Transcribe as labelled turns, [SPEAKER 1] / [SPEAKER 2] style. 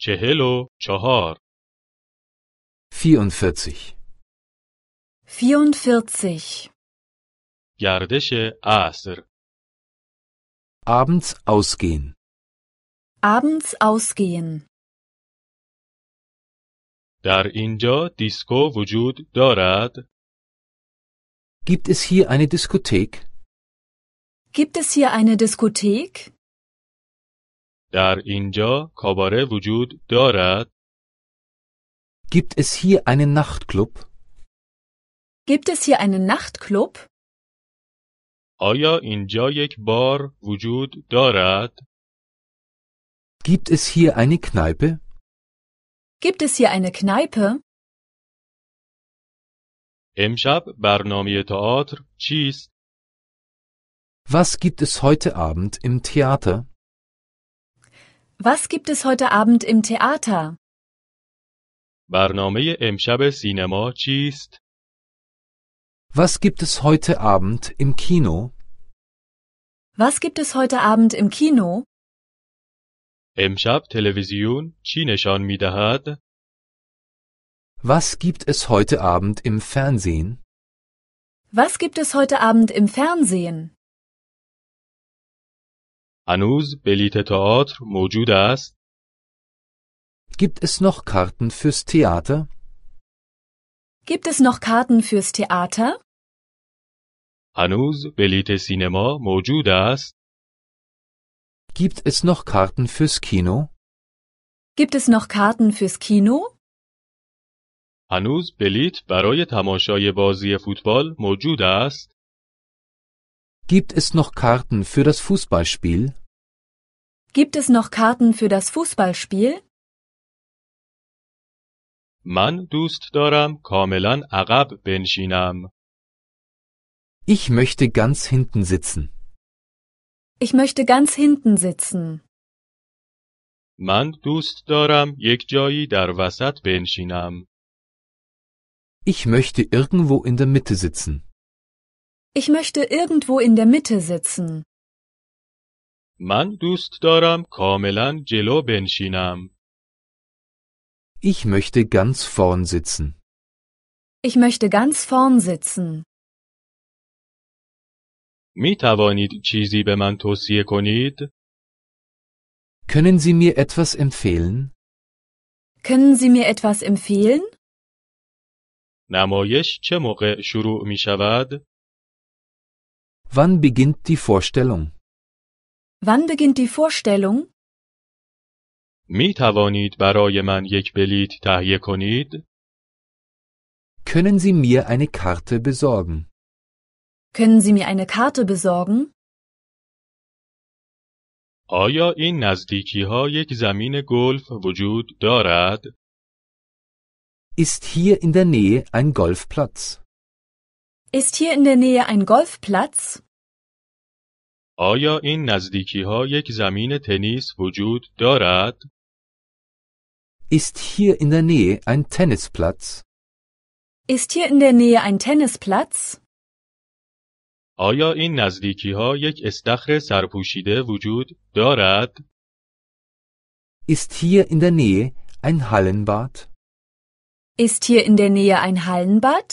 [SPEAKER 1] چهل و چهار
[SPEAKER 2] 44.
[SPEAKER 3] 44.
[SPEAKER 1] گردش عصر
[SPEAKER 2] Abends ausgehen.
[SPEAKER 3] Abends ausgehen.
[SPEAKER 1] در اینجا دیسکو وجود دارد
[SPEAKER 2] Gibt es hier eine Diskothek?
[SPEAKER 3] Gibt es hier eine Diskothek?
[SPEAKER 1] در اینجا کاباره وجود دارد
[SPEAKER 2] Gibt es hier einen Nachtclub?
[SPEAKER 3] Gibt es hier einen Nachtclub?
[SPEAKER 1] آیا اینجا یک بار وجود دارد
[SPEAKER 2] Gibt es hier eine Kneipe?
[SPEAKER 3] Gibt es hier eine Kneipe?
[SPEAKER 1] امشب برنامه تئاتر چیست
[SPEAKER 2] Was gibt es heute Abend im Theater?
[SPEAKER 3] Was gibt es heute Abend im Theater?
[SPEAKER 1] برنامه امشب سینما چیست
[SPEAKER 2] Was gibt es heute Abend im Kino?
[SPEAKER 3] Was gibt es heute Abend im Kino?
[SPEAKER 1] امشب تلویزیون چی نشان می دهد؟
[SPEAKER 2] Was gibt es heute Abend im Fernsehen?
[SPEAKER 3] Was gibt es heute Abend im Fernsehen?
[SPEAKER 1] هنوز بلیت تئاتر موجود است
[SPEAKER 2] Gibt es noch Karten fürs Theater?
[SPEAKER 3] Gibt es noch Karten fürs Theater?
[SPEAKER 1] هنوز بلیت سینما موجود است
[SPEAKER 2] Gibt es noch Karten fürs Kino?
[SPEAKER 3] Gibt es noch Karten fürs Kino?
[SPEAKER 1] هنوز بلیت برای تماشای بازی فوتبال موجود است
[SPEAKER 2] Gibt es noch Karten für das Fußballspiel?
[SPEAKER 3] Gibt es noch Karten für das Fußballspiel?
[SPEAKER 1] من دوست دارم کاملا عقب بنشینم
[SPEAKER 2] Ich möchte ganz hinten sitzen.
[SPEAKER 3] Ich möchte ganz hinten sitzen.
[SPEAKER 1] من دوست دارم یک جایی در وسط بنشینم
[SPEAKER 2] Ich möchte irgendwo in der Mitte sitzen.
[SPEAKER 3] Ich möchte irgendwo in der Mitte sitzen.
[SPEAKER 1] من دوست دارم کاملا جلو بنشینم
[SPEAKER 2] Ich möchte ganz vorn sitzen.
[SPEAKER 3] Ich möchte ganz vorn sitzen.
[SPEAKER 1] می توانید چیزی به من توصیه کنید
[SPEAKER 2] Können Sie mir etwas empfehlen?
[SPEAKER 3] Können Sie mir etwas empfehlen?
[SPEAKER 1] نمایش چه موقع شروع می شود
[SPEAKER 2] Wann beginnt die Vorstellung?
[SPEAKER 3] Wann beginnt die Vorstellung?
[SPEAKER 1] می توانید برای من یک بلیت تهیه کنید
[SPEAKER 2] Können Sie mir eine Karte besorgen?
[SPEAKER 3] Können Sie mir eine Karte besorgen?
[SPEAKER 1] آیا این نزدیکی ها یک زمین گلف وجود دارد؟
[SPEAKER 2] Ist hier in der Nähe ein Golfplatz?
[SPEAKER 3] Ist hier in der Nähe ein Golfplatz?
[SPEAKER 1] آیا این نزدیکی ها یک زمین تنیس وجود دارد؟
[SPEAKER 2] Ist hier in der Nähe ein Tennisplatz?
[SPEAKER 3] Ist hier in der Nähe ein Tennisplatz?
[SPEAKER 1] آیا این نزدیکی ها یک استخر سرپوشیده وجود دارد؟
[SPEAKER 2] Ist hier in der Nähe ein Hallenbad?
[SPEAKER 3] Ist hier in der Nähe ein Hallenbad?